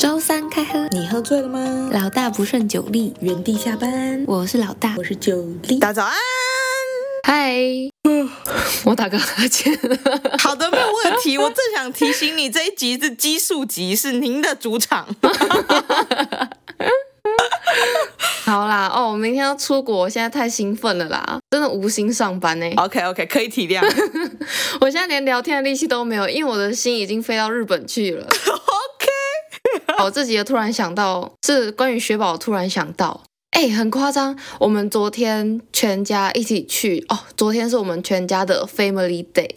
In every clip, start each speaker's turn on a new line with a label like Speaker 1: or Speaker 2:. Speaker 1: 周三开喝，
Speaker 2: 你喝醉了吗？
Speaker 1: 老大不顺酒力，
Speaker 2: 原地下班，
Speaker 1: 我是老大
Speaker 2: 我。是九力。大家早安，
Speaker 1: 嗨，我打个哈欠。
Speaker 2: 好的，没有问题。我正想提醒你，这一集是奇数集，是您的主 场。
Speaker 1: 好啦，哦，我明天要出国，我现在太兴奋了啦，真的无心上班呢、欸
Speaker 2: OK OK，可以体 谅。
Speaker 1: 我现在连聊天的力气都没有，因为我的心已经飞到日本去了。
Speaker 2: OK，
Speaker 1: 哦我自己也突然想到，是关于雪宝，突然想到，哎、很夸张。我们昨天全家一起去哦，昨天是我们全家的 Family Day，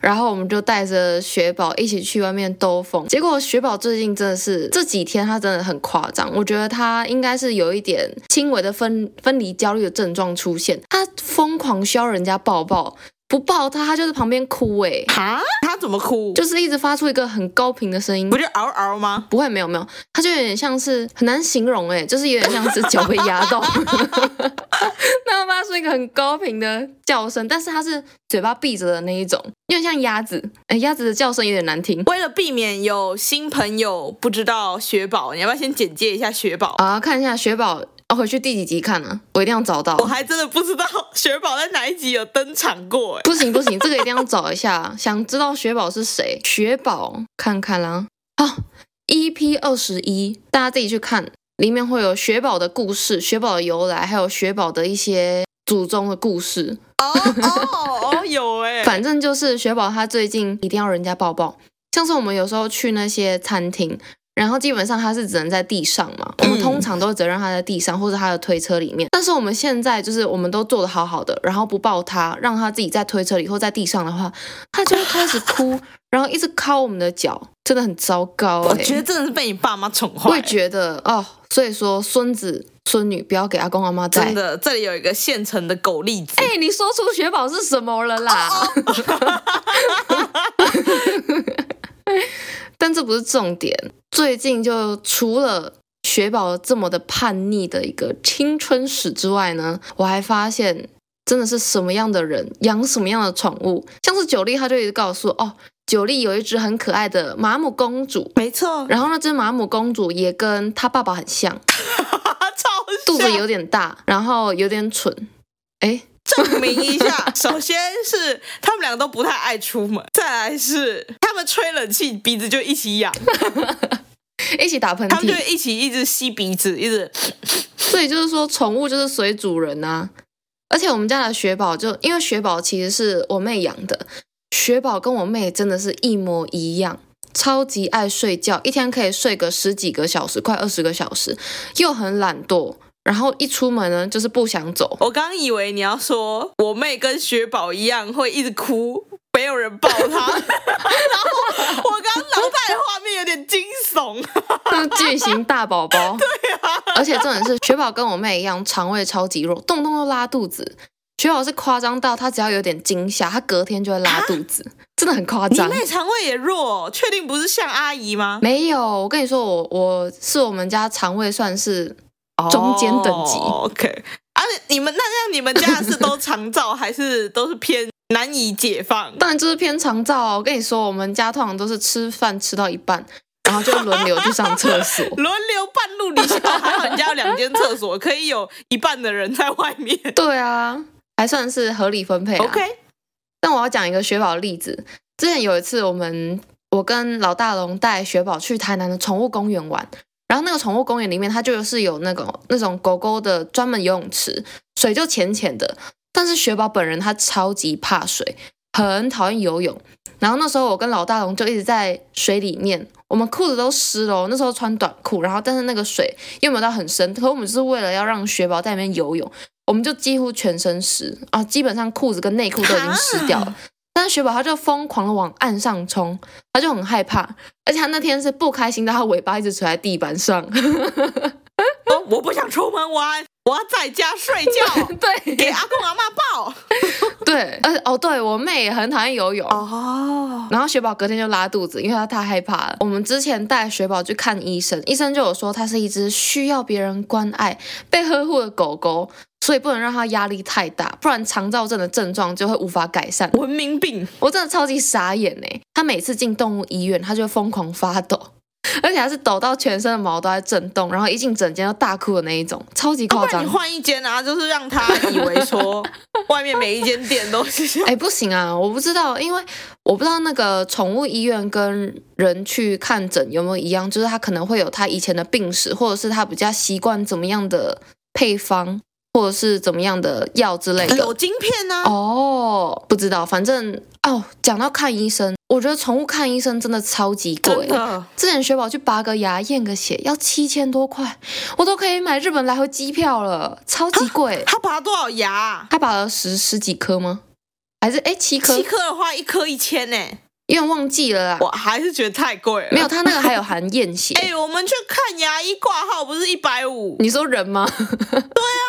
Speaker 1: 然后我们就带着雪宝一起去外面兜风。结果雪宝最近真的是这几天，他真的很夸张。我觉得他应该是有一点轻微的分分离焦虑的症状出现，他疯狂需要人家抱抱，不抱他，他就在旁边哭、哎，
Speaker 2: 哈，他怎么哭？
Speaker 1: 就是一直发出一个很高频的声音
Speaker 2: 不。就嗷嗷吗？
Speaker 1: 不会，没有没有，它就有点像是很难形容哎，就是有点像是脚被压到， 那发出一个很高频的叫声，但是它是嘴巴闭着的那一种，有点像鸭子，哎，鸭子的叫声有点难听
Speaker 2: 为了避免有新朋友不知道雪宝，你要不要先简介一下雪宝？
Speaker 1: 啊。看一下雪宝，要、回去第几集看啊？我一定要找到
Speaker 2: 我。还真的不知道雪宝在哪一集有登场过，哎，
Speaker 1: 不行不行，这个一定要找一下。想知道雪宝是谁？雪宝看看啦。哦，EP 二十一，大家自己去看，里面会有雪宝的故事、雪宝的由来，还有雪宝的一些祖宗的故事。
Speaker 2: 哦哦哦， 有哎，
Speaker 1: 反正就是雪宝他最近一定要人家抱抱，像是我们有时候去那些餐厅。然后基本上他是只能在地上 嘛，我们通常都只让他在地上或者他的推车里面。但是我们现在就是我们都做的好好的，然后不抱他，让他自己在推车里或在地上的话，他就会开始哭，然后一直敲我们的脚，真的很糟糕、欸。
Speaker 2: 我觉得真的是被你爸妈宠坏，
Speaker 1: 我也觉得哦，所以说孙子孙女不要给阿公阿妈带
Speaker 2: 真。的，这里有一个现成的狗例子。
Speaker 1: 哎、你说出雪宝是什么了
Speaker 2: 哦
Speaker 1: 啦？ 但这不是重点。最近就除了雪宝这么的叛逆的一个青春史之外呢，我还发现真的是什么样的人养什么样的宠物，像是九莉，她就一直告诉我哦，九莉有一只很可爱的马姆公主，
Speaker 2: 没错，
Speaker 1: 然后那只马姆公主也跟她爸爸很像，
Speaker 2: 超像
Speaker 1: 肚子有点大，然后有点蠢。哎，
Speaker 2: 证明一下。 首先是他们两个都不太爱出门，再来是他们吹冷气鼻子就一起 痒，
Speaker 1: 一起打喷
Speaker 2: 他们就
Speaker 1: 嚏。
Speaker 2: 一起一直吸鼻子，一直
Speaker 1: 所以就是说，宠物就是随主人啊。而且我们家的雪宝就因为雪宝其实是我妹养的，雪宝跟我妹真的是一模一样，超级爱睡觉，一天可以睡个十几个小时，快二十个小时，又很懒惰，然后一出门呢就是不想 走。
Speaker 2: 我刚以为你要说我妹跟雪宝一样会一直哭，没有人 抱她，然后我刚脑袋的画面有点惊 悚，
Speaker 1: 那巨型大宝宝。对啊，而且重点是雪宝跟我妹一样，肠胃超级弱，动不动就拉肚子。雪宝是夸张到，她只要有点惊吓，她隔天就会拉肚子，真的很夸
Speaker 2: 你
Speaker 1: 张。
Speaker 2: 妹肠胃也弱，确定不是像阿姨吗？
Speaker 1: 没有，我跟你说，我我是我们家肠胃算是中间等级
Speaker 2: 哦 OK，而且、你们那样，你们家是都长照还是都是偏难以解放？
Speaker 1: 当然就是偏肠燥啊。我跟你说，我们家通常都是吃饭吃到一半，然后就轮流去上厕所。
Speaker 2: 轮流半路离校，还好人家有两间厕所，可以有一半的人在外面。
Speaker 1: 对啊，还算是合理分配、啊。
Speaker 2: OK，
Speaker 1: 但我要讲一个雪宝的例子。之前有一次，我们我跟老大龙带雪宝去台南的宠物公园玩，然后那个宠物公园里面，它就是有那种那种狗狗的专门游泳池，水就浅浅的。但是雪宝本人他超级怕水，很讨厌游泳。然后那时候我跟老大龙就一直在水里面，我们裤子都湿了哦、那时候穿短裤，然后但是那个水又没有到很深，可我们是为了要让雪宝在里面游泳，我们就几乎全身湿啊，基本上裤子跟内裤都已经湿掉了。但是雪宝他就疯狂的往岸上冲，他就很害怕，而且他那天是不开心到他尾巴一直垂在地板上。
Speaker 2: 哦我不想出门玩，我要在家睡 觉，给
Speaker 1: 对
Speaker 2: 阿公阿妈抱。
Speaker 1: 对，而且哦，对我妹也很讨厌游泳。
Speaker 2: 哦，
Speaker 1: 然后雪宝隔天就拉肚子，因为她太害怕了。我们之前带雪宝去看医生，医生就有说它是一只需要别人关爱、被呵护的狗狗，所以不能让它压力太大，不然肠燥症的症状就会无法改善。
Speaker 2: 文明病，
Speaker 1: 欸我真的超级傻眼哎！他每次进动物医院，他就会疯狂发抖，而且还是抖到全身的毛都在震动，然后一进整间就大哭的那一种，超级夸
Speaker 2: 哦不然
Speaker 1: 张
Speaker 2: 你。换一间啊，就是让他以为 说外面每一间店都是这样。
Speaker 1: 哎、不行啊，我不知道，因为我不知道那个宠物医院跟人去看诊有没有一样，就是他可能会有他以前的病史，或者是他比较习惯怎么样的配方，或者是怎么样的药之类的。
Speaker 2: 有晶片呢、啊，
Speaker 1: 哦，不知道，反正哦，讲到看医生，我觉得宠物看医生真的超级贵
Speaker 2: 真。的。
Speaker 1: 之前雪宝去拔个牙、验个血要七千多块，我都可以买日本来回机票了，超级 贵。
Speaker 2: 他拔多少牙、啊？
Speaker 1: 他拔了十十几颗吗？还是哎七颗
Speaker 2: 七？颗的话，一颗一千呢、
Speaker 1: 有点忘记了啦。
Speaker 2: 我还是觉得太贵了。
Speaker 1: 没有，他那个还有含验血。
Speaker 2: 哎、我们去看牙医挂号不是一百五，
Speaker 1: 你说人吗？对啊，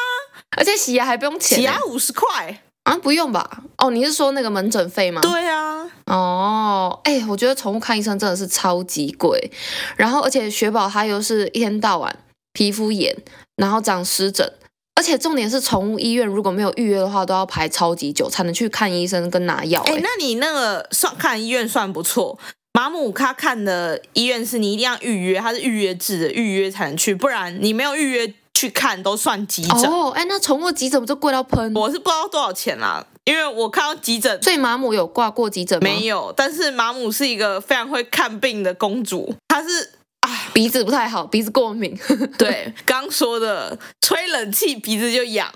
Speaker 1: 而且洗牙还不用钱
Speaker 2: 洗
Speaker 1: 呢、
Speaker 2: 牙五十块。
Speaker 1: 啊，不用吧？哦，你是说那个门诊费吗？
Speaker 2: 对啊，
Speaker 1: 哦，哎、我觉得宠物看医生真的是超级贵，然后而且雪宝它又是一天到晚皮肤炎，然后长湿疹，而且重点是宠物医院如果没有预约的话，都要排超级久才能去看医生跟拿药、
Speaker 2: 哎、
Speaker 1: 哎、
Speaker 2: 那你那个算看医院算不错。马姆他看的医院是你一定要预约，它是预约制的，预约才能去，不然你没有预约去看都算急诊。
Speaker 1: 哦，哎、那宠物急诊不就贵到喷？
Speaker 2: 我是不知道多少钱啦、因为我看到急诊
Speaker 1: 所以马姆有挂过急诊吗？
Speaker 2: 没有，但是马姆是一个非常会看病的公主，她是啊，
Speaker 1: 鼻子不太好，鼻子 过敏。
Speaker 2: 对，刚说的吹冷气鼻子就痒，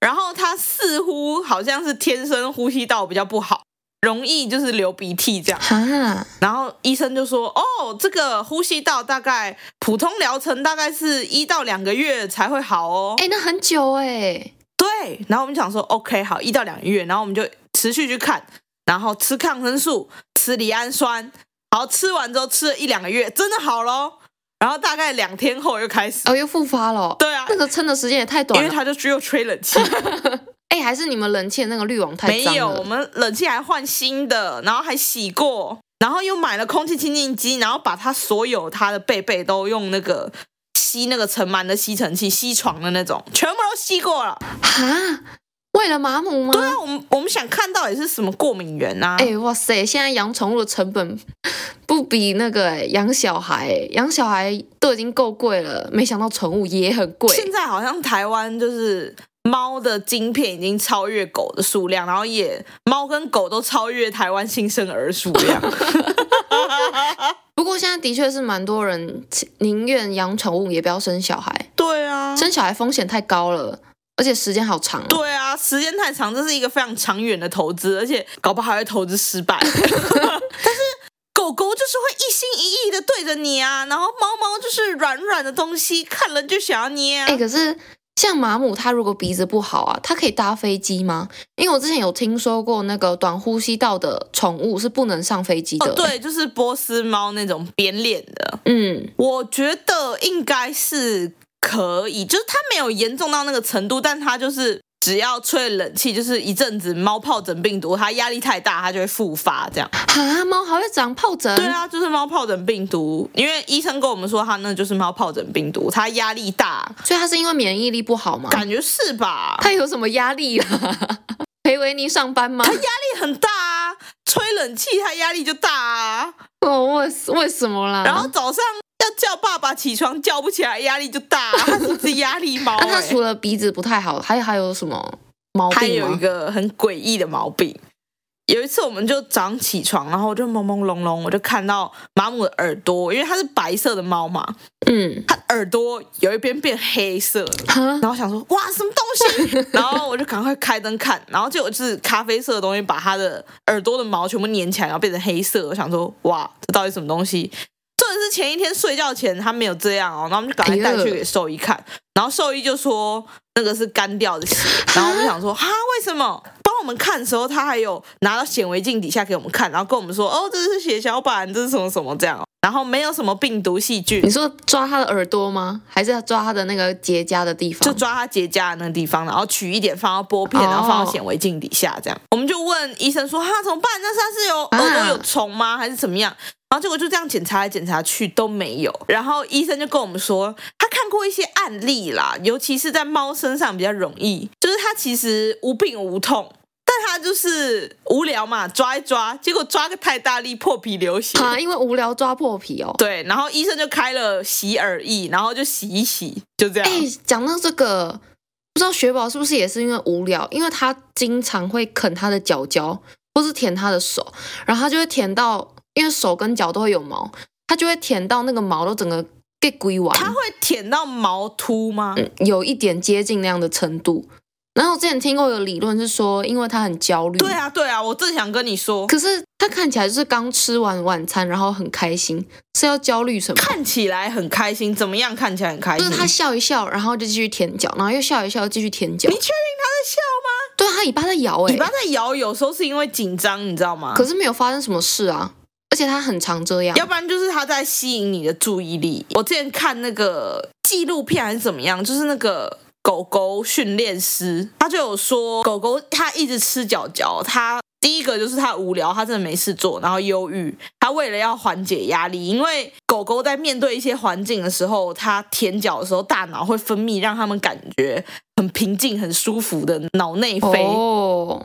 Speaker 2: 然后她似乎好像是天生呼吸道比较不好，容易就是流鼻涕这样，
Speaker 1: 哈，
Speaker 2: 然后医生就说，哦，这个呼吸道大概普通疗程大概是一到两个月才会好哦，
Speaker 1: 哎、那很久哎、
Speaker 2: 对，然后我们想说 OK 好，一到两个月，然后我们就持续去看，然后吃抗生素，吃赖氨酸，然后吃完之后吃了一两个月，真的好咯。然后大概两天后又开始，
Speaker 1: 哦，又复发了。
Speaker 2: 对啊
Speaker 1: 那个撑的时间也太
Speaker 2: 因
Speaker 1: 短啊
Speaker 2: 为
Speaker 1: 了。
Speaker 2: 他就又吹冷气，
Speaker 1: 哎、还是你们冷气的那个滤网太
Speaker 2: 没
Speaker 1: 脏了。
Speaker 2: 有，我们冷气还换新的，然后还洗过，然后又买了空气清净机，然后把他所有他的贝贝都用那个吸那个尘螨的吸尘器吸床的那种，全部都吸过了。
Speaker 1: 哈，为了马姆吗？
Speaker 2: 对啊，我们我们想看到底是什么过敏源啊？
Speaker 1: 哎、哇塞！现在养宠物的成本不比那个哎养、小孩、哎养小孩都已经够贵了，没想到宠物也很
Speaker 2: 现
Speaker 1: 贵。
Speaker 2: 在好像台湾就是猫的晶片已经超越狗的数量，然后也猫跟狗都超越台湾新生儿数 量。
Speaker 1: 不过现在的确是蛮多人其宁愿养宠物也不要生小孩，
Speaker 2: 对啊，
Speaker 1: 生小孩风险太高了，而且时间好长、哦。
Speaker 2: 对啊，时间太长，这是一个非常长远的投资，而且搞不好还会投资失败。但是狗狗就是会一心一意的对着你啊，然后猫猫就是软软的东西，看了就想要捏、啊
Speaker 1: 哎、。可是像马姆，它如果鼻子不好啊，它可以搭飞机吗？因为我之前有听说过，那个短呼吸道的宠物是不能上飞机的、
Speaker 2: 哦，，对，就是波斯猫那种扁脸的，
Speaker 1: 嗯，
Speaker 2: 我觉得应该是可以，就是它没有严重到那个程度，但它就是只要吹冷气，就是一阵子猫疱疹病毒，它压力太大，它就会复发这样。
Speaker 1: 哈，猫还会长疱疹，
Speaker 2: 对啊，就是猫疱疹病毒，因为医生跟我们说它那就是猫疱疹病毒，它压力大，
Speaker 1: 所以它是因为免疫力不好吗？
Speaker 2: 感觉是吧？
Speaker 1: 他有什么压力啊？陪维尼上班吗？
Speaker 2: 力很大啊，吹冷气它压力就大啊，
Speaker 1: 哦，为为什么啦？
Speaker 2: 然后早上。要叫爸爸起床叫不起来，压力就大、啊。它是一只压力猫、
Speaker 1: 那、他
Speaker 2: 欸，
Speaker 1: 啊除了鼻子不太好，还还有什么毛
Speaker 2: 还
Speaker 1: 病
Speaker 2: 有一
Speaker 1: 吗？
Speaker 2: 个很诡异的毛病。有一次，我们就早上起床，然后我就朦朦胧胧，我就看到马姆的耳朵，因为它是白色的猫嘛，
Speaker 1: 嗯，
Speaker 2: 它耳朵有一边变黑色了。
Speaker 1: 哈，
Speaker 2: 然后想说哇什么东西，然后我就赶快开灯看，然后结果就是咖啡色的东西把它的耳朵的毛全部粘起来，然后变成黑色。我想说哇，这到底什么东西？重点是前一天睡觉前它没有这样哦，然后我们就赶快带去给兽医看，然后兽医就说那个是干掉的血，然后我们就想说哈为什么？帮我们看的时候，他还有拿到显微镜底下给我们看，然后跟我们说哦这是血小板，这是什么什么这样哦，然后没有什么病毒细菌
Speaker 1: 你，说抓他的耳朵吗？还是要抓他的那个结痂的地
Speaker 2: 就
Speaker 1: 方？
Speaker 2: 抓它结痂的那个地方，然后取一点放到玻片，
Speaker 1: 哦
Speaker 2: 然后放到显微镜底下，这样。我们就问医生说：“哈，怎么办？那是它是有
Speaker 1: 啊
Speaker 2: 耳朵有虫吗？还是怎么样？”然后结果就这样检查来检查去都没有。然后医生就跟我们说，他看过一些案例啦，尤其是在猫身上比较容易，就是它其实无病无痛，但他就是无聊嘛，抓一抓，结果抓个太大力，破皮流血。
Speaker 1: 啊，因为无聊抓破皮哦。
Speaker 2: 对，然后医生就开了洗耳液，然后就洗一洗，就这样。
Speaker 1: 哎，讲到这个，不知道雪宝是不是也是因为无聊，因为他经常会啃他的脚脚，或是舔他的手，然后他就会舔到，因为手跟脚都会有毛，他就会舔到那个毛都整个给龟完，
Speaker 2: 他会舔到毛秃吗？
Speaker 1: 嗯有一点接近那样的程度。然后我之前听过有理论是说，因为他很焦虑，
Speaker 2: 对啊，对啊，我正想跟你说，
Speaker 1: 嗯可是他看起来就是刚吃完晚餐，然后很开心，是要焦虑什么？
Speaker 2: 看起来很开心，怎么样？看起来很开
Speaker 1: 就
Speaker 2: 心。
Speaker 1: 是他笑一笑，然后就继续舔脚，然后又笑一笑，继续舔脚
Speaker 2: 你。确定他在笑吗？
Speaker 1: 对，他尾巴在摇哎、
Speaker 2: 尾巴在摇，有时候是因为紧张，你知道吗？
Speaker 1: 可是没有发生什么事啊，而且他很常这样。
Speaker 2: 要不然就是他在吸引你的注意力。我之前看那个纪录片还是怎么样，就是那个狗狗训练师，他就有说狗狗它一直吃脚脚，它第一个就是它无聊，它真的没事做，然后忧郁，它为了要缓解压力，因为狗狗在面对一些环境的时候，它舔脚的时候，大脑会分泌让它们感觉很平静、很舒服的脑内啡。
Speaker 1: 哦，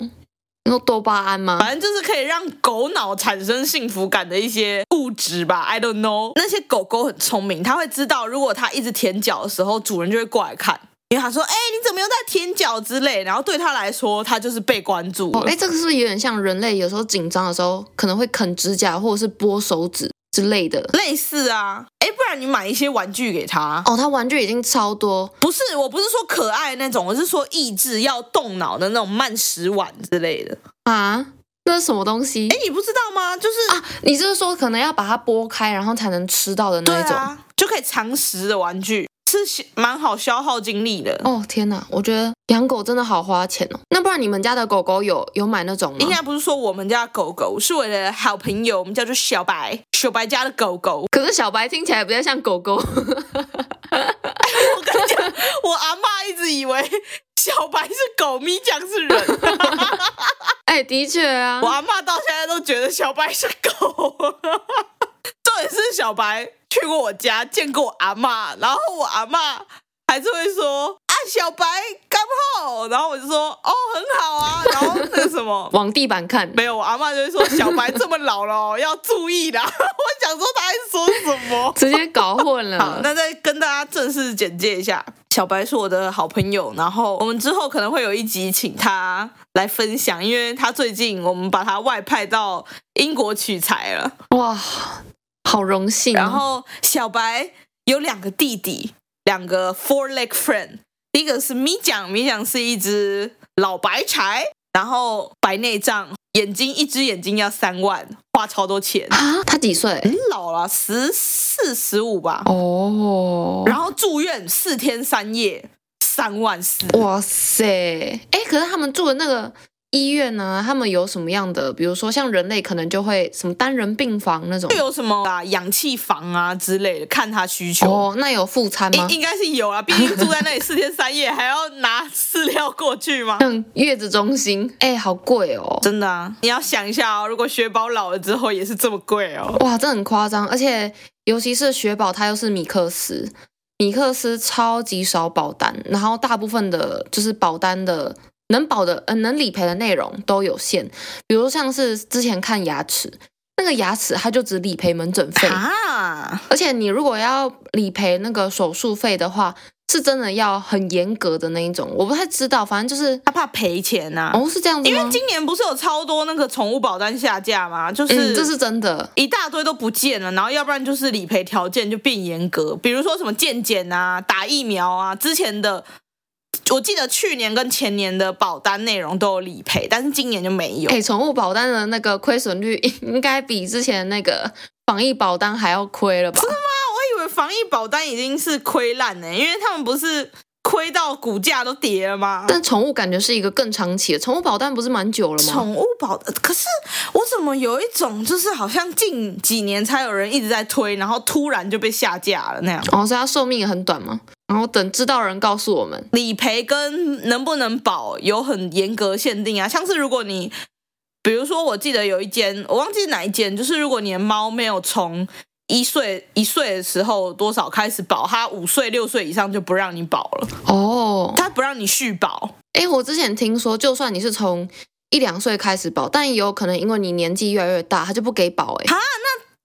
Speaker 1: 你说多巴胺吗？
Speaker 2: 反正就是可以让狗脑产生幸福感的一些物质吧，I don't know。那些狗狗很聪明，它会知道，如果它一直舔脚的时候，主人就会过来看，因为它说：“哎、你怎么又在舔脚之类。”然后对它来说，它就是被关注了。
Speaker 1: 哦，哎，这个是不是有点像人类有时候紧张的时候可能会啃指甲或者是剥手指之类的？
Speaker 2: 类似啊，哎、不然你买一些玩具给它。
Speaker 1: 哦，他玩具已经超多，
Speaker 2: 不是，我不是说可爱那种，我是说益智要动脑的那种慢食碗之类的。
Speaker 1: 啊，那是什么东西？
Speaker 2: 哎，你不知道吗？就是
Speaker 1: 啊，你是说可能要把它剥开，然后才能吃到的
Speaker 2: 对
Speaker 1: 那一种？
Speaker 2: 啊，就可以常食的玩具，是蛮好消耗精力的。
Speaker 1: 哦天哪，我觉得养狗真的好花钱哦。那不然你们家的狗狗有有买那种吗？。
Speaker 2: 应该不是说我们家的狗狗，是我的好朋友，我们叫做小白，小白家的狗狗
Speaker 1: 可是小白听起来比较像狗狗。
Speaker 2: 我跟你讲， 我阿妈一直以为小白是狗咪酱是 人，
Speaker 1: 哎，的确啊。
Speaker 2: 我，阿妈到现在都觉得小白是狗。 重点是小白去过我家，见过我阿妈，然后我阿妈还是会说啊，小白干好，然后我就说哦，很好啊，然后那个什么
Speaker 1: 往地板看。
Speaker 2: 没有，我阿妈就会说小白这么老了哦、要注意啦。 我想说她在说什么？
Speaker 1: 直接搞混
Speaker 2: 好，
Speaker 1: 了。
Speaker 2: 那再跟大家正式简介一下，小白是我的好朋友，然后我们之后可能会有一集请他来分享，因为他最近我们把他外派到英国取材了。
Speaker 1: 哇，好荣幸、哦。
Speaker 2: 然后小白有两个弟弟，两个 four leg friend，第一个是米酱，米酱是一只老白柴，然后白内障，眼睛一只眼睛要三万，花超多钱，
Speaker 1: 啊，他几岁？
Speaker 2: 很老了，十四十五吧。
Speaker 1: 哦，
Speaker 2: 然后住院四天三夜，三万四。
Speaker 1: 哇塞，哎，可是他们住的那个医院呢、他们有什么样的？比如说像人类可能就会什么单人病房那种
Speaker 2: 会。有什么啊？氧气房啊之类的，看他需求。
Speaker 1: 哦，那有副餐吗
Speaker 2: 应？应该是有啊，毕竟住在那里四天三夜，还要拿饲料过去吗？
Speaker 1: 像月子中心，哎，好贵哦。
Speaker 2: 真的啊，你要想一下哦，如果雪宝老了之后也是这么贵哦。
Speaker 1: 哇，这很夸张，而且尤其是雪宝，他又是米克斯，米克斯超级少保单，然后大部分的就是保单的能保的呃能理赔的内容都有限，比如像是之前看牙齿，那个牙齿它就只理赔门诊费，
Speaker 2: 啊，
Speaker 1: 而且你如果要理赔那个手术费的话，是真的要很严格的那一种，我不太知道，反正就是
Speaker 2: 他怕赔钱呐、
Speaker 1: 哦是这样子
Speaker 2: 因
Speaker 1: 吗？
Speaker 2: 为今年不是有超多那个宠物保单下架吗？就是、
Speaker 1: 嗯，这是真的。
Speaker 2: 一大堆都不见了，然后要不然就是理赔条件就变严格，比如说什么健检啊、打疫苗啊，之前的我记得去年跟前年的保单内容都有理赔，但是今年就没有。
Speaker 1: 哎、宠物保单的那个亏损率应该比之前那个防疫保单还要亏了吧？
Speaker 2: 我以为防疫保单已经是亏烂呢、因为他们不是亏到股价都跌了吗？
Speaker 1: 但宠物感觉是一个更长期的，宠物保单不是蛮久了吗？
Speaker 2: 宠物保单，可是我怎么有一种就是好像近几年才有人一直在推，然后突然就被下架了那样。
Speaker 1: 哦，所以它寿命也很短嘛。然后等知道人告诉我们，
Speaker 2: 理赔跟能不能保有很严格限定啊。像是如果你，比如说，我记得有一间，我忘记哪一间，就是如果你的猫没有从一岁一岁的时候多少开始保，它五岁六岁以上就不让你保了，
Speaker 1: 哦，
Speaker 2: 它不让你续保。
Speaker 1: 哎，我之前听说，就算你是从一两岁开始保，但也有可能因为你年纪越来越大，他就不给保哎、
Speaker 2: 啊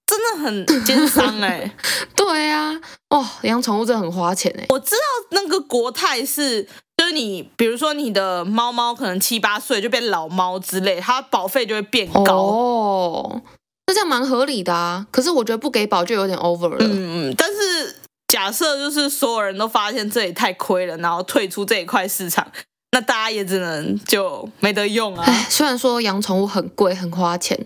Speaker 2: 真的很奸商哎、
Speaker 1: 对啊，哦，养宠物真的很花钱哎、
Speaker 2: 我知道那个国泰是，就是你比如说你的猫猫可能七八岁就变老猫之类，它保费就会变高。
Speaker 1: 哦，那这样蛮合理的啊。可是我觉得不给保就有点 over 了。
Speaker 2: 嗯嗯，但是假设就是所有人都发现这里太亏了，然后退出这一块市场，那大家也只能就没得用 啊。
Speaker 1: 唉，哎虽然说养宠物很贵很花钱，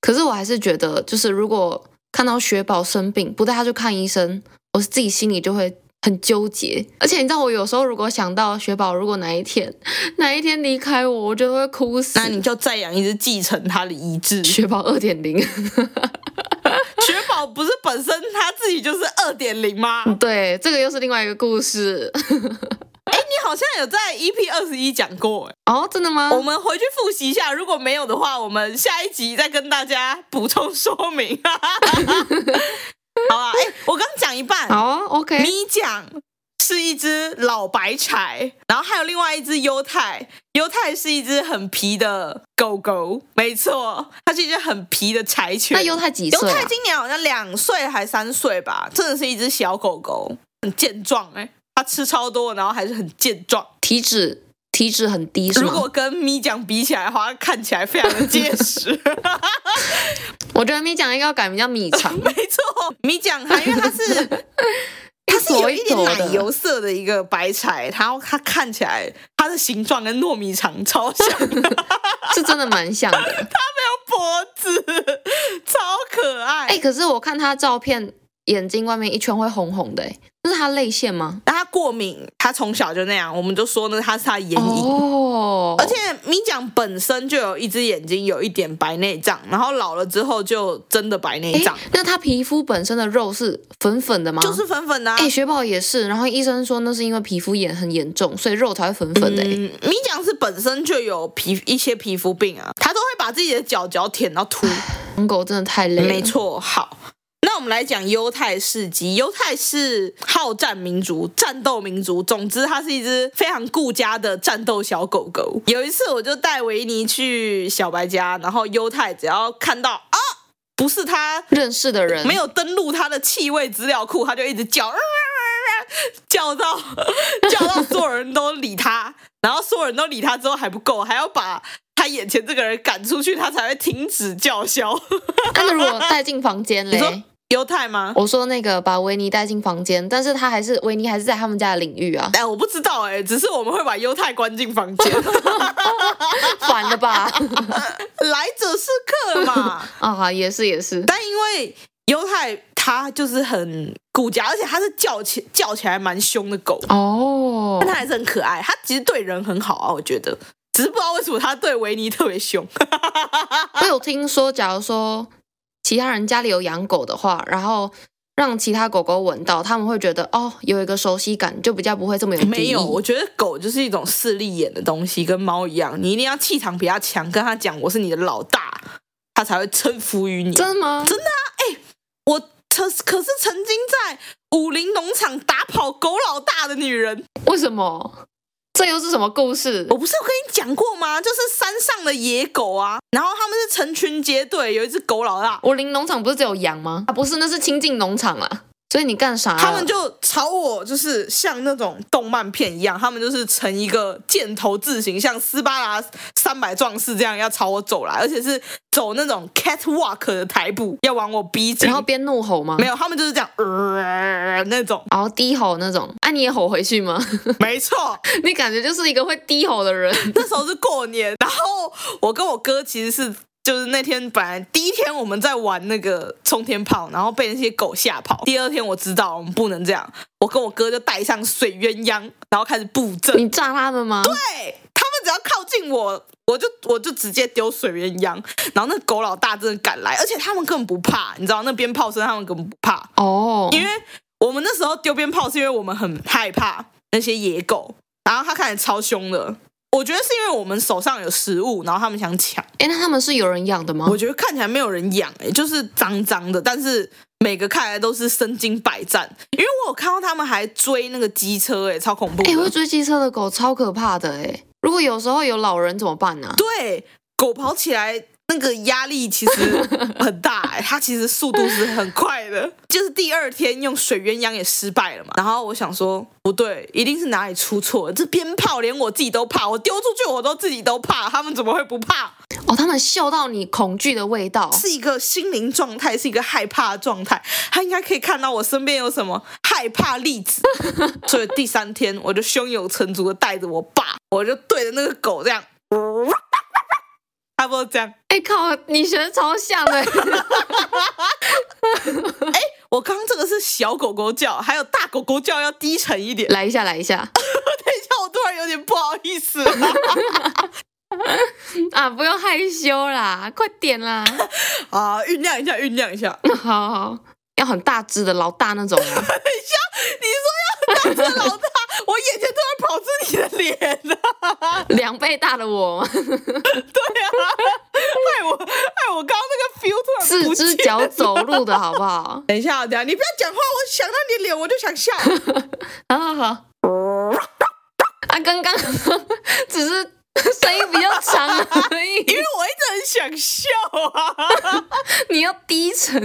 Speaker 1: 可是我还是觉得，就是如果看到雪宝生病不带它去看医生，我自己心里就会很纠结。而且你知道，我有时候如果想到雪宝如果哪一天哪一天离开我，我就会哭死。
Speaker 2: 那你就再养一只继承它的遗志。
Speaker 1: 雪宝二点 零，
Speaker 2: 雪宝不是本身它自己就是二点零吗？你
Speaker 1: 对，这个又是另外一个故事。
Speaker 2: 好像有在 EP 二十一讲过、欸，
Speaker 1: 哦，真的吗？
Speaker 2: 我们回去复习一下。如果没有的话，我们下一集再跟大家补充说明。 好啊，哎、我刚讲一半，
Speaker 1: 好啊，OK，
Speaker 2: 你讲是一只老白柴，然后还有另外一只犹太，犹太是一只很皮的狗狗，没错，它是一只很皮的柴犬。
Speaker 1: 那犹太几
Speaker 2: 犹
Speaker 1: 岁、
Speaker 2: 太
Speaker 1: 啊？
Speaker 2: 今年好像两岁还三岁吧，真的是一只小狗狗，很健壮哎、它吃超多，然后还是很健壮。
Speaker 1: 体脂体脂很低是
Speaker 2: 如
Speaker 1: 吗
Speaker 2: 果？跟咪酱比起来的话，它看起来非常的结实。
Speaker 1: 我觉得米讲应该要改名叫米肠
Speaker 2: 没错，咪酱它因为它是 它是有一点奶油色的一个白柴，然后它看起来它的形状跟糯米肠超像，
Speaker 1: 是真的蛮像的。
Speaker 2: 脖子超可爱。
Speaker 1: 哎、可是我看他照片，眼睛外面一圈会红红的、欸，那是他泪腺吗？
Speaker 2: 但它过敏，它从小就那样，我们就说呢，它是它的眼影。
Speaker 1: 哦，
Speaker 2: 而且咪酱本身就有一只眼睛有一点白内障，然后老了之后就真的白内
Speaker 1: 哎、
Speaker 2: 障，
Speaker 1: 那他皮肤本身的肉是粉粉的吗？
Speaker 2: 就是粉粉的、啊。
Speaker 1: 哎、雪宝也是，然后医生说那是因为皮肤炎很严重，所以肉才会粉粉的、欸。
Speaker 2: 嗯，米酱是本身就有皮一些皮肤病啊，他都会把自己的脚脚舔到秃。
Speaker 1: 黄狗真的太累了，
Speaker 2: 没错，好。那我们来讲犹太世纪。犹太是好战民族、战斗民族，总之它是一只非常顾家的战斗小狗狗。有一次，我就带维尼去小白家，然后犹太只要看到啊，不是它
Speaker 1: 认识的人
Speaker 2: 没有登录它的气味资料库，它就一直叫，呃呃呃叫到叫到所有人都理它，然后所有人都理它之后还不够，还要把它眼前这个人赶出去，它才会停止叫嚣。
Speaker 1: 那、如果带进房间
Speaker 2: 你说
Speaker 1: 嘞？
Speaker 2: 犹太吗？
Speaker 1: 我说那个把维尼带进房间，但是他还是维尼还是在他们家的领域啊
Speaker 2: ，哎，我不知道哎、只是我们会把犹太关进房间，
Speaker 1: 反了吧？
Speaker 2: 来者是客嘛。
Speaker 1: 啊，也是也是，
Speaker 2: 但因为犹太他就是很顾家，而且他是叫起叫起来蛮凶的狗，
Speaker 1: 哦
Speaker 2: 但他还是很可爱。他其实对人很好啊，我觉得，只是不知道为什么他对维尼特别凶。
Speaker 1: 我有听说，假如说其他人家里有养狗的话，然后让其他狗狗闻到，他们会觉得哦，有一个熟悉感，就比较不会这么有 敌意
Speaker 2: 没有，我觉得狗就是一种势利眼的东西，跟猫一样，你一定要气场比它强，跟它讲我是你的老大，它才会臣服于你。
Speaker 1: 真的吗？真的
Speaker 2: 我可可是曾经在武林农场打跑狗老大的女人，
Speaker 1: 为什么？这又是什么故事
Speaker 2: 我？不是有跟你讲过吗？就是山上的野狗啊，然后他们是成群结队，有一只狗老大，
Speaker 1: 武林农场不是只有羊吗？啊，不是，那是亲近农场啊。所以你干啥了？
Speaker 2: 他们就朝我就是像那种动漫片一样，他们就是成一个箭头字形，像斯巴达三百壮士这样要朝我走来，而且是走那种 catwalk 的台步，要往我逼近
Speaker 1: 然。后边怒吼吗？
Speaker 2: 没
Speaker 1: 有，
Speaker 2: 有，他们就是这样，呃，那 种，
Speaker 1: 然后低吼那种。啊，你也吼回去吗？
Speaker 2: 没错，
Speaker 1: 你感觉就是一个会低吼的人。
Speaker 2: 那时候是过年，然后我跟我哥其实是就是那天本来第一天我们在玩那个冲天炮，然后被那些狗吓跑。第二天我知道我们不能这样，我跟我哥就带上水鸳鸯，然后开始布阵。
Speaker 1: 你炸他们吗？
Speaker 2: 对他们只要靠近我，我就我就直接丢水鸳鸯。然后那狗老大真的赶来，而且他们根本不怕，你知道那鞭炮声他们根本不怕，
Speaker 1: 哦，
Speaker 2: 因为我们那时候丢鞭炮是因为我们很害怕那些野狗，然后它看起来超凶的。我觉得是因为我们手上有食物，然后他们想抢。
Speaker 1: 哎，那他们是有人养的吗
Speaker 2: 我？觉得看起来没有人养、欸，就是脏脏的，但是每个看起来都是身经百战。因为我有看到他们还追那个机车、欸，哎，超恐怖的。
Speaker 1: 哎、会追机车的狗超可怕的哎、如果有时候有老人怎么办呢、
Speaker 2: 对，狗跑起来那个压力其实很大、欸，它其实速度是很快的。就是第二天用水鸳鸯也失败了嘛，然后我想说不对，一定是哪里出错了。这鞭炮连我自己都怕，我丢出去我都自己都怕，他们怎么会不怕？
Speaker 1: 哦，他们嗅到你恐惧的味道，
Speaker 2: 是一个心灵状态，是一个害怕的状态。他应该可以看到我身边有什么害怕粒子，所以第三天我就胸有成竹的带着我爸，我就对着那个狗这样， 差不多这样。
Speaker 1: 哎、靠，你学的超像的，
Speaker 2: 我刚刚这个是小狗狗叫，还有大狗狗叫要低沉一点。
Speaker 1: 来一下，来一下
Speaker 2: 等一下，我突然有点不好意思了。
Speaker 1: 啊，不用害羞啦，快点 啦，
Speaker 2: 啊，酝酿一下，酝酿一下。
Speaker 1: 好好，要很大只的老大那种啊，
Speaker 2: 你 说要大只老大，我眼前突然跑出你的脸了，
Speaker 1: 啊两倍大的我，
Speaker 2: 害我害哎我刚刚那个 feel 突然
Speaker 1: 四
Speaker 2: 不见
Speaker 1: 只脚走路的好不好？
Speaker 2: 等一下，等一下，你不要讲话，我想到你的脸我就想笑。
Speaker 1: 好好好，啊，刚 刚只是声音比较长而
Speaker 2: 因
Speaker 1: 已，
Speaker 2: 为我一直很想笑啊，
Speaker 1: 你要低沉。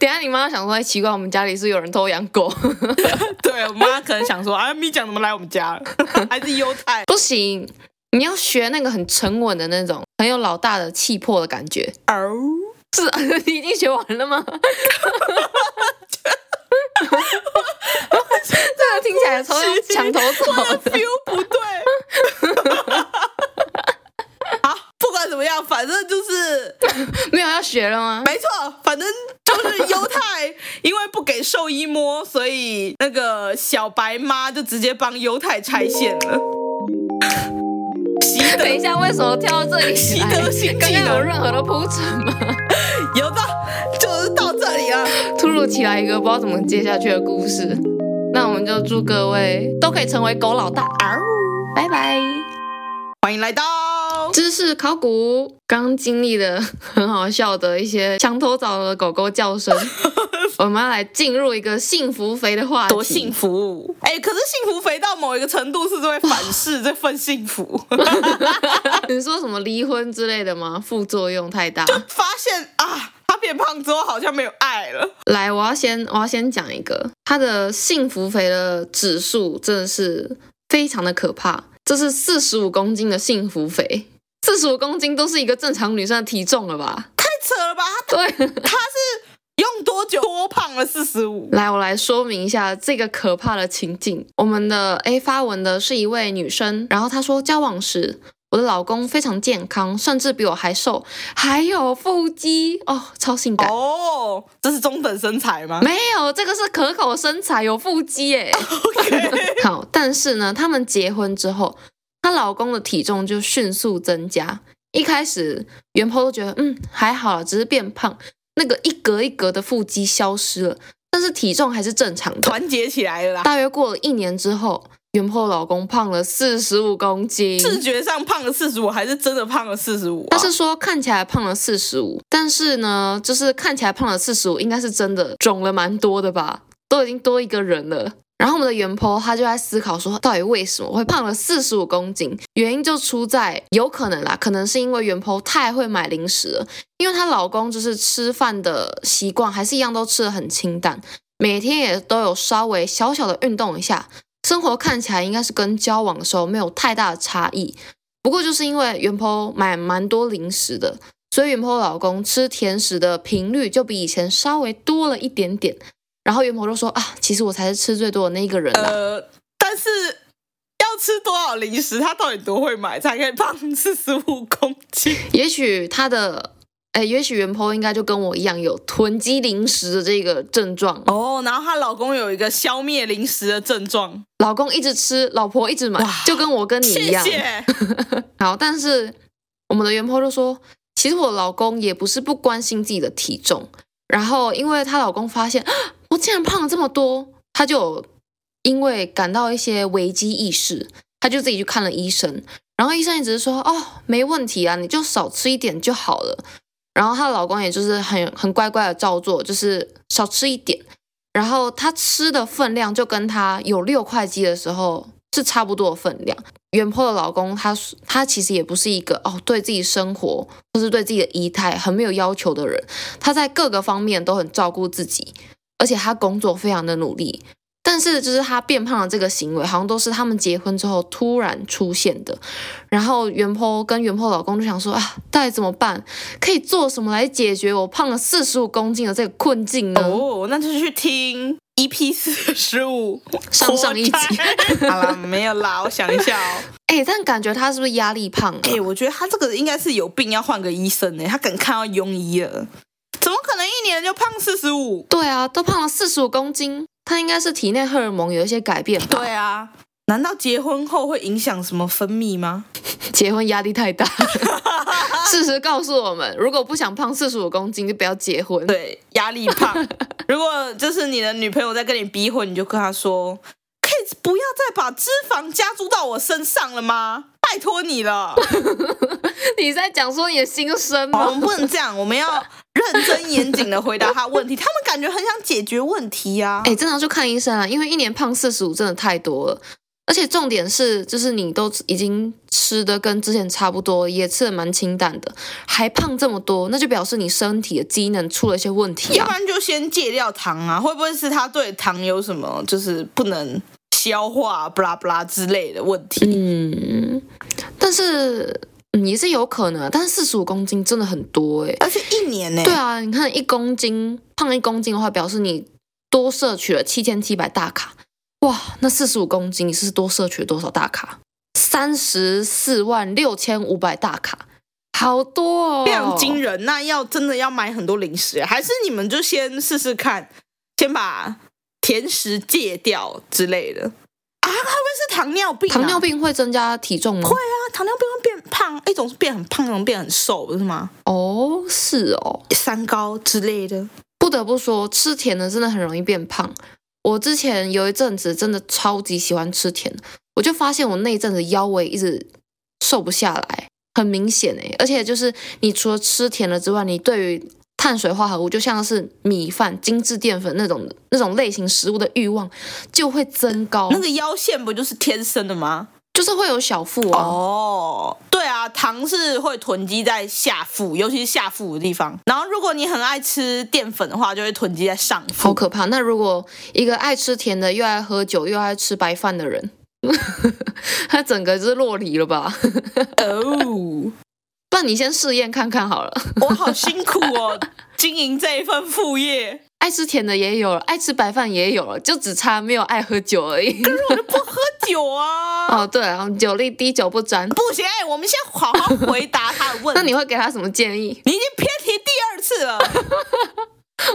Speaker 1: 等一下你妈想说，哎，奇怪，我们家里是不是有人偷养狗，
Speaker 2: 对我妈可能想说，啊，咪讲怎么来我们家了， 还是犹太
Speaker 1: 不行，你要学那个很沉稳的那种，很有老大的气魄的感觉。
Speaker 2: 儿，
Speaker 1: 是，你已经学完了吗？ 这个听起来超像墙头草 的。
Speaker 2: feel 不对。好，不管怎么样，反正就是
Speaker 1: 没有要学 了吗？
Speaker 2: 没错，反正就是犹太，因为不给兽医摸，所以那个小白妈就直接帮犹太拆线 了。习
Speaker 1: 等一
Speaker 2: 得
Speaker 1: 下，为什么跳到这里
Speaker 2: 习
Speaker 1: 来？
Speaker 2: 得性
Speaker 1: 刚
Speaker 2: 技
Speaker 1: 刚有
Speaker 2: 能，
Speaker 1: 任何的铺陈吗？
Speaker 2: 有的就是到这里了。
Speaker 1: 突如其来一个不知道怎么接下去的故事。那我们就祝各位都可以成为狗老大，
Speaker 2: 嗷
Speaker 1: 拜拜！
Speaker 2: 欢迎来到，
Speaker 1: 知识考古刚经历了很好笑的一些墙头草的狗狗 叫声，我们要来进入一个幸福肥的话题。
Speaker 2: 多 幸福！哎，可是幸福肥到某一个程度，是会反噬这份幸福。
Speaker 1: 啊你说什么离婚之类的吗？副作用太 大。
Speaker 2: 发现啊，他变胖之后好像没有爱了。
Speaker 1: 来，我要先我要先讲一个，它的幸福肥的指数真的是非常的可怕，这是四十五公斤的幸福肥，四十五公斤都是一个正常女生的体重了吧？
Speaker 2: 太扯了吧！他
Speaker 1: 对，
Speaker 2: 用多久多胖了四十五？
Speaker 1: 来，我来说明一下这个可怕的情境。我们的 A 发文的是一位女生，然后她说交往时。我的老公非常健康，甚至比我还瘦，还有腹肌哦，超性感。
Speaker 2: 哦，这是中等身材吗？
Speaker 1: 没有，这个是可口身材，有腹肌耶。 好，但是呢，他们结婚之后，她老公的体重就迅速增加。一开始原 po 都觉得嗯还好啦，只是变胖，那个一格一格的腹肌消失了，但是体重还是正常的。
Speaker 2: 团结起来了啦！
Speaker 1: 大约过了一年之后，原 po 老公胖了四十五啊公斤，
Speaker 2: 视觉上胖了四十五，还是真的胖了四十五？啊
Speaker 1: 他是说看起来胖了四十五，但是呢，就是看起来胖了四十五，应该是真的肿了蛮多的吧，都已经多一个人了。然后我们的原 po 他就在思考说，到底为什么会胖了四十五公斤？原因就出在有可能啦，可能是因为原 po 太会买零食了，因为她老公就是吃饭的习惯还是一样都吃的很清淡，每天也都有稍微小小的运动一下，生活看起来应该是跟交往的时候没有太大的差异。不过就是因为元坡买蛮多零食的，所以元坡老公吃甜食的频率就比以前稍微多了一点点。然后元坡就说啊，其实我才是吃最多的那一个人啊啦、
Speaker 2: 呃，但是要吃多少零食，他到底多会买才可以胖四十五公斤？
Speaker 1: 也许他的，哎，也许元坡应该就跟我一样有囤积零食的这个症状，
Speaker 2: 哦，然后她老公有一个消灭零食的症状，
Speaker 1: 老公一直吃，老婆一直买
Speaker 2: 哇，
Speaker 1: 就跟我跟你一
Speaker 2: 谢
Speaker 1: 样。
Speaker 2: 谢。
Speaker 1: 好，但是我们的原 po 就说，其实我老公也不是不关心自己的体重，然后因为她老公发现啊 我竟然胖了这么多，她就有因为感到一些危机意识，她就自己去看了医生，然后医生也只是说哦没问题啊，你就少吃一点就好了。然后她老公也就是很很乖乖的照做，就是少吃一点。然后她吃的分量就跟她有六块肌的时候是差不多的分量。原坡的老公他他其实也不是一个哦对自己生活或是对自己的仪态很没有要求的人，他在各个方面都很照顾自己，而且他工作非常的努力。但是就是他变胖的这个行为，好像都是他们结婚之后突然出现的。然后袁坡跟袁坡老公就想说啊，到底怎么办？可以做什么来解决我胖了四十五公斤的这个困境呢？
Speaker 2: 哦，那就去听 EP 四十五
Speaker 1: 上上一集。
Speaker 2: 好啦，没有啦，我想一下哦。
Speaker 1: 哎、但感觉他是不是压力胖了？
Speaker 2: 哎、我觉得他这个应该是有病，要换个医生呢、他可能看到庸医了，怎么可能一年就胖四十五？
Speaker 1: 对啊，都胖了四十五公斤，他应该是体内荷尔蒙有一些改变吧？
Speaker 2: 对啊，难道结婚后会影响什么分泌吗？
Speaker 1: 结婚压力太大。 事实告诉我们，如果不想胖四十五公斤，就不要结婚。
Speaker 2: 对，压力 胖。如果就是你的女朋友在跟你逼婚，你就跟她说：“可以不要再把脂肪加注到我身上了吗？拜托你 了，
Speaker 1: 你在讲说你的心声
Speaker 2: 我
Speaker 1: 吗？
Speaker 2: 们不能这样，我们要认真严谨的回答她问题。他们感觉很想解决问题啊呀、
Speaker 1: 哎、正常去看医生啊，因为一年胖四十五真的太多了。而且重点是，就是你都已经吃的跟之前差不多，也吃的蛮清淡的，还胖这么多，那就表示你身体的机能出了一些问题
Speaker 2: 要
Speaker 1: 啊
Speaker 2: 不。然就先戒掉糖啊，会不会是他对糖有什么就是不能消化、不拉不拉之类的问题？
Speaker 1: 嗯，但是嗯也是有可能啊，但是四十五公斤真的很多哎、
Speaker 2: 而且一年欸呢、
Speaker 1: 对啊，你看一公斤胖一公斤的话，表示你多摄取了七千七百大卡。哇，那四十五公斤你是多摄取了多少大卡？三十四万六千五百大卡，好多哦，
Speaker 2: 非常惊人。那要真的要买很多零食，还是你们就先试试看，先把甜食戒掉之类的啊？会不会是糖尿病、啊？
Speaker 1: 糖尿病会增加体重吗？会
Speaker 2: 啊，糖尿病会变胖，一种是变很胖，一种变很瘦，不是吗？
Speaker 1: 哦，是哦。
Speaker 2: 三高之类的。
Speaker 1: 不得不说，吃甜的真的很容易变胖。我之前有一阵子真的超级喜欢吃甜的，我就发现我那一阵子腰围一直瘦不下来，很明显哎、而且就是你除了吃甜的之外，你对于碳水化合物，就像是米饭、精致淀粉那种那种类型食物的欲望就会增高，
Speaker 2: 那个腰线不就是天生的吗？
Speaker 1: 就是会有小腹啊。
Speaker 2: 哦，对啊，糖是会囤积在下腹，尤其是下腹的地方。然后，如果你很爱吃淀粉的话，就会囤积在上
Speaker 1: 好
Speaker 2: 腹。
Speaker 1: 可怕！那如果一个爱吃甜的、又爱喝酒、又爱吃白饭的人， 他整个就是落离了吧？
Speaker 2: 哦，
Speaker 1: 不然你先试验看看好了。
Speaker 2: 我好辛苦哦， 经营这一份副业。
Speaker 1: 爱吃甜的也有了，爱吃白饭也有了，就只差没有爱喝酒而已。
Speaker 2: 喝酒啊，
Speaker 1: 哦，对啊，酒力滴酒不沾。
Speaker 2: 不行，哎，我们先好好回答他的问题。
Speaker 1: 那你会给他什么建议？
Speaker 2: 你已经偏题第二次了，医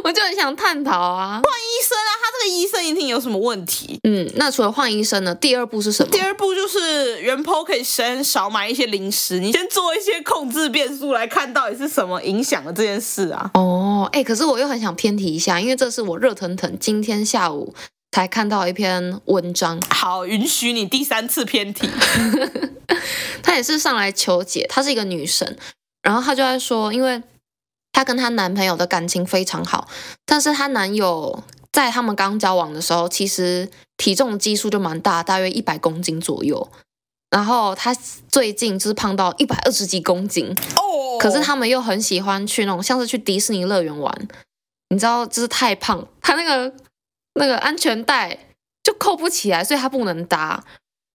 Speaker 1: 我就很想探讨啊。
Speaker 2: 生啊，他这个医生一定有什么问题。
Speaker 1: 嗯，那除了换医生呢？第二步是什么
Speaker 2: 第？二步就是原 p 可以先少买一些零食，你先做一些控制变数来看到底是什么影响了这件事啊。
Speaker 1: 哦，哎，可是我又很想偏题一下，因为这是我热腾腾今天下午才看到一篇文章，
Speaker 2: 好，允许你第三次偏题。
Speaker 1: 她也是上来求解，她是一个女生，然后她就在说，因为她跟她男朋友的感情非常好，但是她男友在他们刚交往的时候，其实体重基数就蛮大，大约一百公斤左右。然后她最近就是胖到一百二十几公斤，
Speaker 2: 哦
Speaker 1: 可是他们又很喜欢去那种像是去迪士尼乐园玩，你知道，就是太胖，他那个那个安全带就扣不起来，所以他不能搭。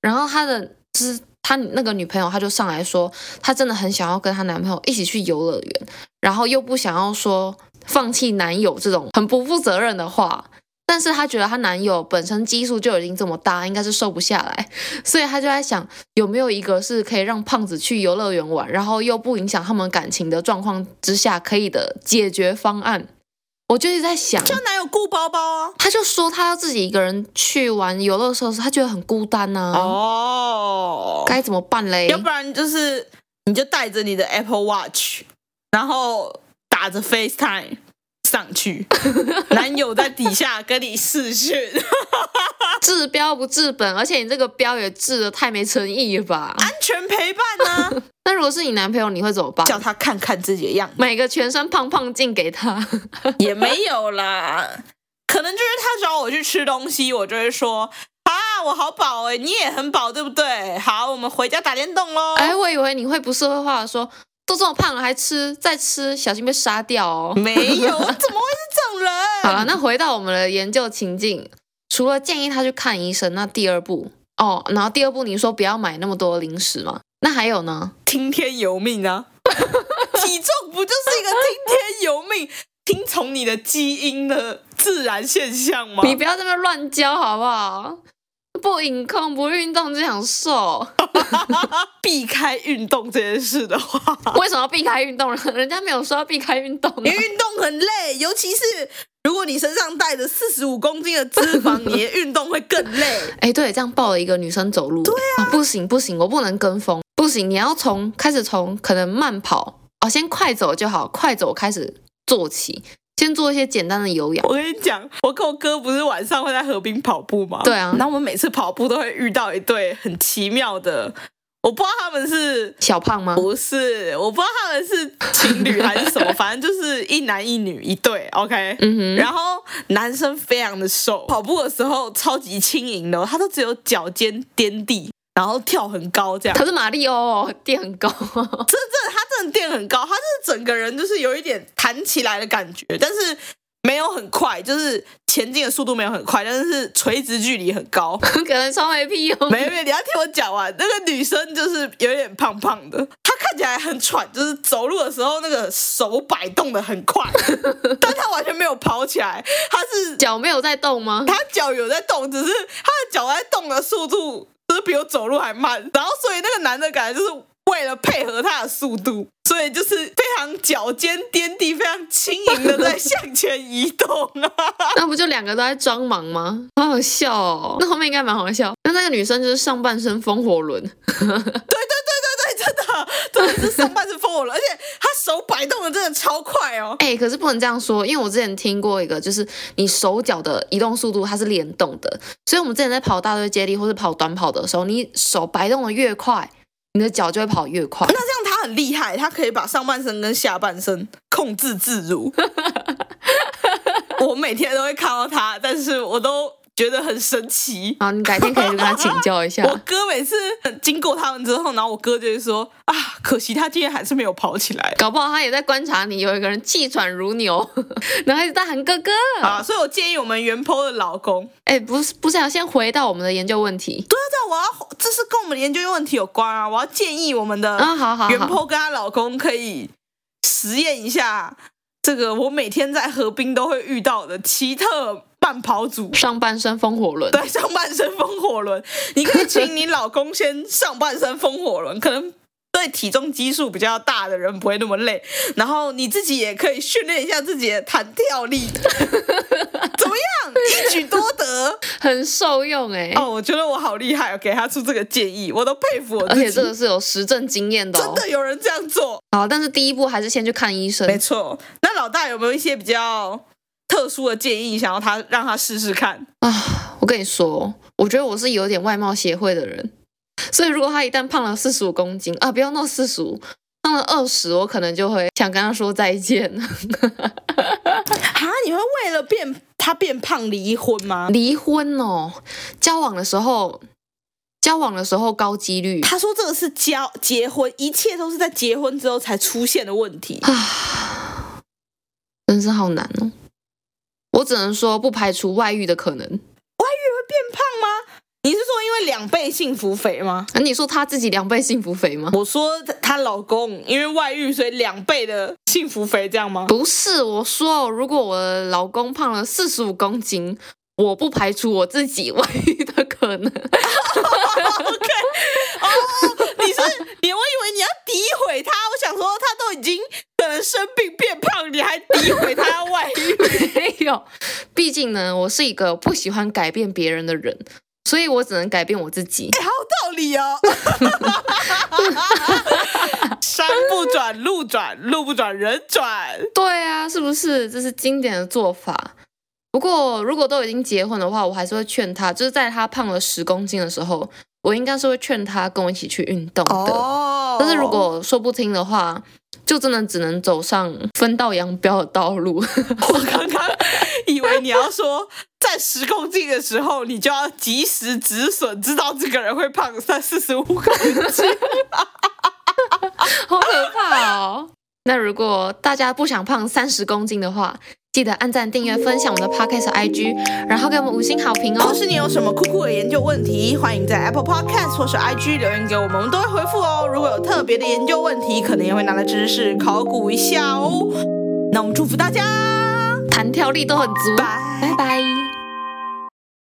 Speaker 1: 然后他的就是他那个女朋友，她就上来说，她真的很想要跟她男朋友一起去游乐园，然后又不想要说放弃男友这种很不负责任的话。但是她觉得她男友本身基数就已经这么大，应该是瘦不下来， 所以她就在想有没有一个是可以让胖子去游乐园玩，然后又不影响他们感情的状况之下可以的解决方案。我就一直在想，
Speaker 2: 就哪有顾包包啊？
Speaker 1: 她就说她要自己一个人去玩游乐设施，她觉得很孤单呐、
Speaker 2: 哦，
Speaker 1: 该怎么办嘞？
Speaker 2: 要不然就是你就带着你的 Apple Watch，然后打着 FaceTime 上去，男友在底下跟你视讯，
Speaker 1: 治标不治本，而且你这个标也治的太没诚意了吧？
Speaker 2: 安全陪伴呢、
Speaker 1: 那如果是你男朋友，你会怎么办？
Speaker 2: 叫他看看自己的样子
Speaker 1: 买个全身胖胖镜给他，
Speaker 2: 也没有啦，可能就是他找我去吃东西，我就会说啊，我好饱哎、你也很饱对不对？好，我们回家打电动喽。
Speaker 1: 哎，我以为你会不社会化的说，都这么胖了还吃，再吃小心被杀掉哦。
Speaker 2: 没有，我怎么会是这种人？
Speaker 1: 好 了，那回到我们的研究情境，除了建议他去看医生，那第二步哦，然后第二步你说不要买那么多零食嘛，那还有呢？
Speaker 2: 听天由命啊！ 体重不就是一个听天由命、听从你的基因的自然现象吗？
Speaker 1: 你不要这么乱教好不好？不饮控不运动就想瘦，
Speaker 2: 避开运动这件事的话，
Speaker 1: 为什么要避开运动 呢？人家没有说要避开运动啊
Speaker 2: 因为运动很累，尤其是如果你身上带着四十五公斤的脂肪，你的运动会更累。
Speaker 1: 哎，对，这样抱了一个女生走路，对啊，不行不行，我不能跟风，不行，你要从开始从可能慢跑哦，先快走就好，快走开始做起，先做一些简单的有氧。
Speaker 2: 我跟你讲，我跟我哥不是晚上会在河滨跑步吗？
Speaker 1: 对啊
Speaker 2: 然后我们每次跑步都会遇到一对很奇妙的，我不知道他们是
Speaker 1: 小胖吗？
Speaker 2: 不是，我不知道他们是情侣还是什么，反正就是一男一女一对，OK。
Speaker 1: 嗯哼，
Speaker 2: 然后男生非常的瘦，跑步的时候超级轻盈的哦，他都只有脚尖掂地，然后跳很高这样。
Speaker 1: 可是马里奥哦，垫很高，
Speaker 2: 真的，他真的垫很高，他就是整个人就是有一点弹起来的感觉，但是没有很快，就是前进的速度没有很快，但是垂直距离很高。
Speaker 1: 可能超没屁用。
Speaker 2: 没有没有，你要听我讲完。那个女生就是有点胖胖的，她看起来很喘，就是走路的时候那个手摆动的很 快，但她完全没有跑起来，她是
Speaker 1: 脚没有在动吗？
Speaker 2: 她脚有在动，只是她的脚在动的速度就是比我走路还慢。然后所以那个男的感觉就是为了配合她的速度，所以就是非常脚尖掂地，非常轻盈的在向前移 动啊。
Speaker 1: 那不就两个都在装忙吗？好好笑哦，那后面应该蛮好笑。那那个女生就是上半身风火轮，
Speaker 2: 对，哎真的，真的是上半身疯我了，而且他手摆动的真的超快哦。
Speaker 1: 哎、可是不能这样说，因为我之前听过一个，就是你手脚的移动速度它是联动的，所以我们之前在跑大队接力或是跑短跑的时候，你手摆动的越快，你的脚就会跑越快。
Speaker 2: 那这样他很厉害，他可以把上半身跟下半身控制自 如。我每天都会看到他，但是我都觉得很神奇。
Speaker 1: 好，你改天可以去跟她请教一
Speaker 2: 我
Speaker 1: 下。
Speaker 2: 哥每次经过他们之后，然后我哥就会说：“啊，可惜他今天还是没有跑起来。”
Speaker 1: 搞不好她也在观察你，有一个人气喘如牛，然后一直在喊哥哥。
Speaker 2: 啊，所以我建议我们原 PO 的老公，
Speaker 1: 哎，不是不是啊，先回到我们的研究问题
Speaker 2: 对啊，对啊，我要这是跟我们的研究问题有关啊，我要建议我们的
Speaker 1: 啊，好好
Speaker 2: 袁
Speaker 1: 好，
Speaker 2: 坡跟她老公可以实验一下这个我每天在河滨都会遇到的奇特慢跑组。
Speaker 1: 上半身风火轮，
Speaker 2: 对，上半身风火轮， 你可以请你老公先上半身风火轮，可能对体重基数比较大的人不会那么累，然后你自己也可以训练一下自己的弹跳 力，怎么样？一举多得
Speaker 1: 很受用哎、
Speaker 2: 哦！我觉得我好厉害，我给他出这个建议，我都佩服我
Speaker 1: 而
Speaker 2: 自己。
Speaker 1: 且这个是有实证经验的、哦
Speaker 2: 真。的有人这样做，
Speaker 1: 好，但是第一步还是先去看医生。
Speaker 2: 没错，那老大有没有一些比较特殊的建议，想要他让他试试看？
Speaker 1: 啊，我跟你说，我觉得我是有点外貌协会的人，所以如果他一旦胖了四十五公斤啊，不要闹四十五，胖了二十，我可能就会想跟他说再见。
Speaker 2: 啊，你会为了变他变胖离婚吗？
Speaker 1: 离婚哦，交往的时候，交往的时候高几率啊
Speaker 2: 他说这个是交结婚，一切都是在结婚之后才出现的问题。
Speaker 1: 啊，人生好难哦。我只能说不排除外遇的可能。
Speaker 2: 你是说因为两倍幸福肥吗？
Speaker 1: 啊、你说他自己两倍幸福肥吗？
Speaker 2: 我说她她老公因为外遇，所以两倍的幸福肥，这样吗？
Speaker 1: 不是，我说，如果我的老公胖了四十五公斤，我不排除我自己外遇的可能。
Speaker 2: 哦你是你，我以为你要诋毁他，我想说他都已经可能生病变胖，你还诋毁他要外遇？
Speaker 1: 没有，毕竟呢，我是一个不喜欢改变别人的人，所以我只能改变我自己。
Speaker 2: 好道理 哦。山不转路转，路不转人转。
Speaker 1: 对啊，是不是？这是经典的做法。不过，如果都已经结婚的话，我还是会劝他，就是在他胖了十公斤的时候，我应该是会劝他跟我一起去运动的。
Speaker 2: 哦
Speaker 1: 但是如果说不听的话，就真的只能走上分道扬镳的道路。
Speaker 2: 我刚刚以为你要说在十公斤的时候，你就要及时止损，知道这个人会胖三四十五公斤。
Speaker 1: 好可怕哦！那如果大家不想胖三十公斤的话，记得按赞、订阅、分享我们的 podcast IG，然后给我们五星好评
Speaker 2: 或
Speaker 1: 哦。
Speaker 2: 是你有什么酷酷的研究问题，欢迎在 Apple Podcast 或是 IG 留言给我们，我们都会回复哦。如果有特别的研究问题，可能也会拿来知识考古一下哦。那我们祝福大家，
Speaker 1: 弹跳力都很足，啊
Speaker 2: 拜
Speaker 1: 拜拜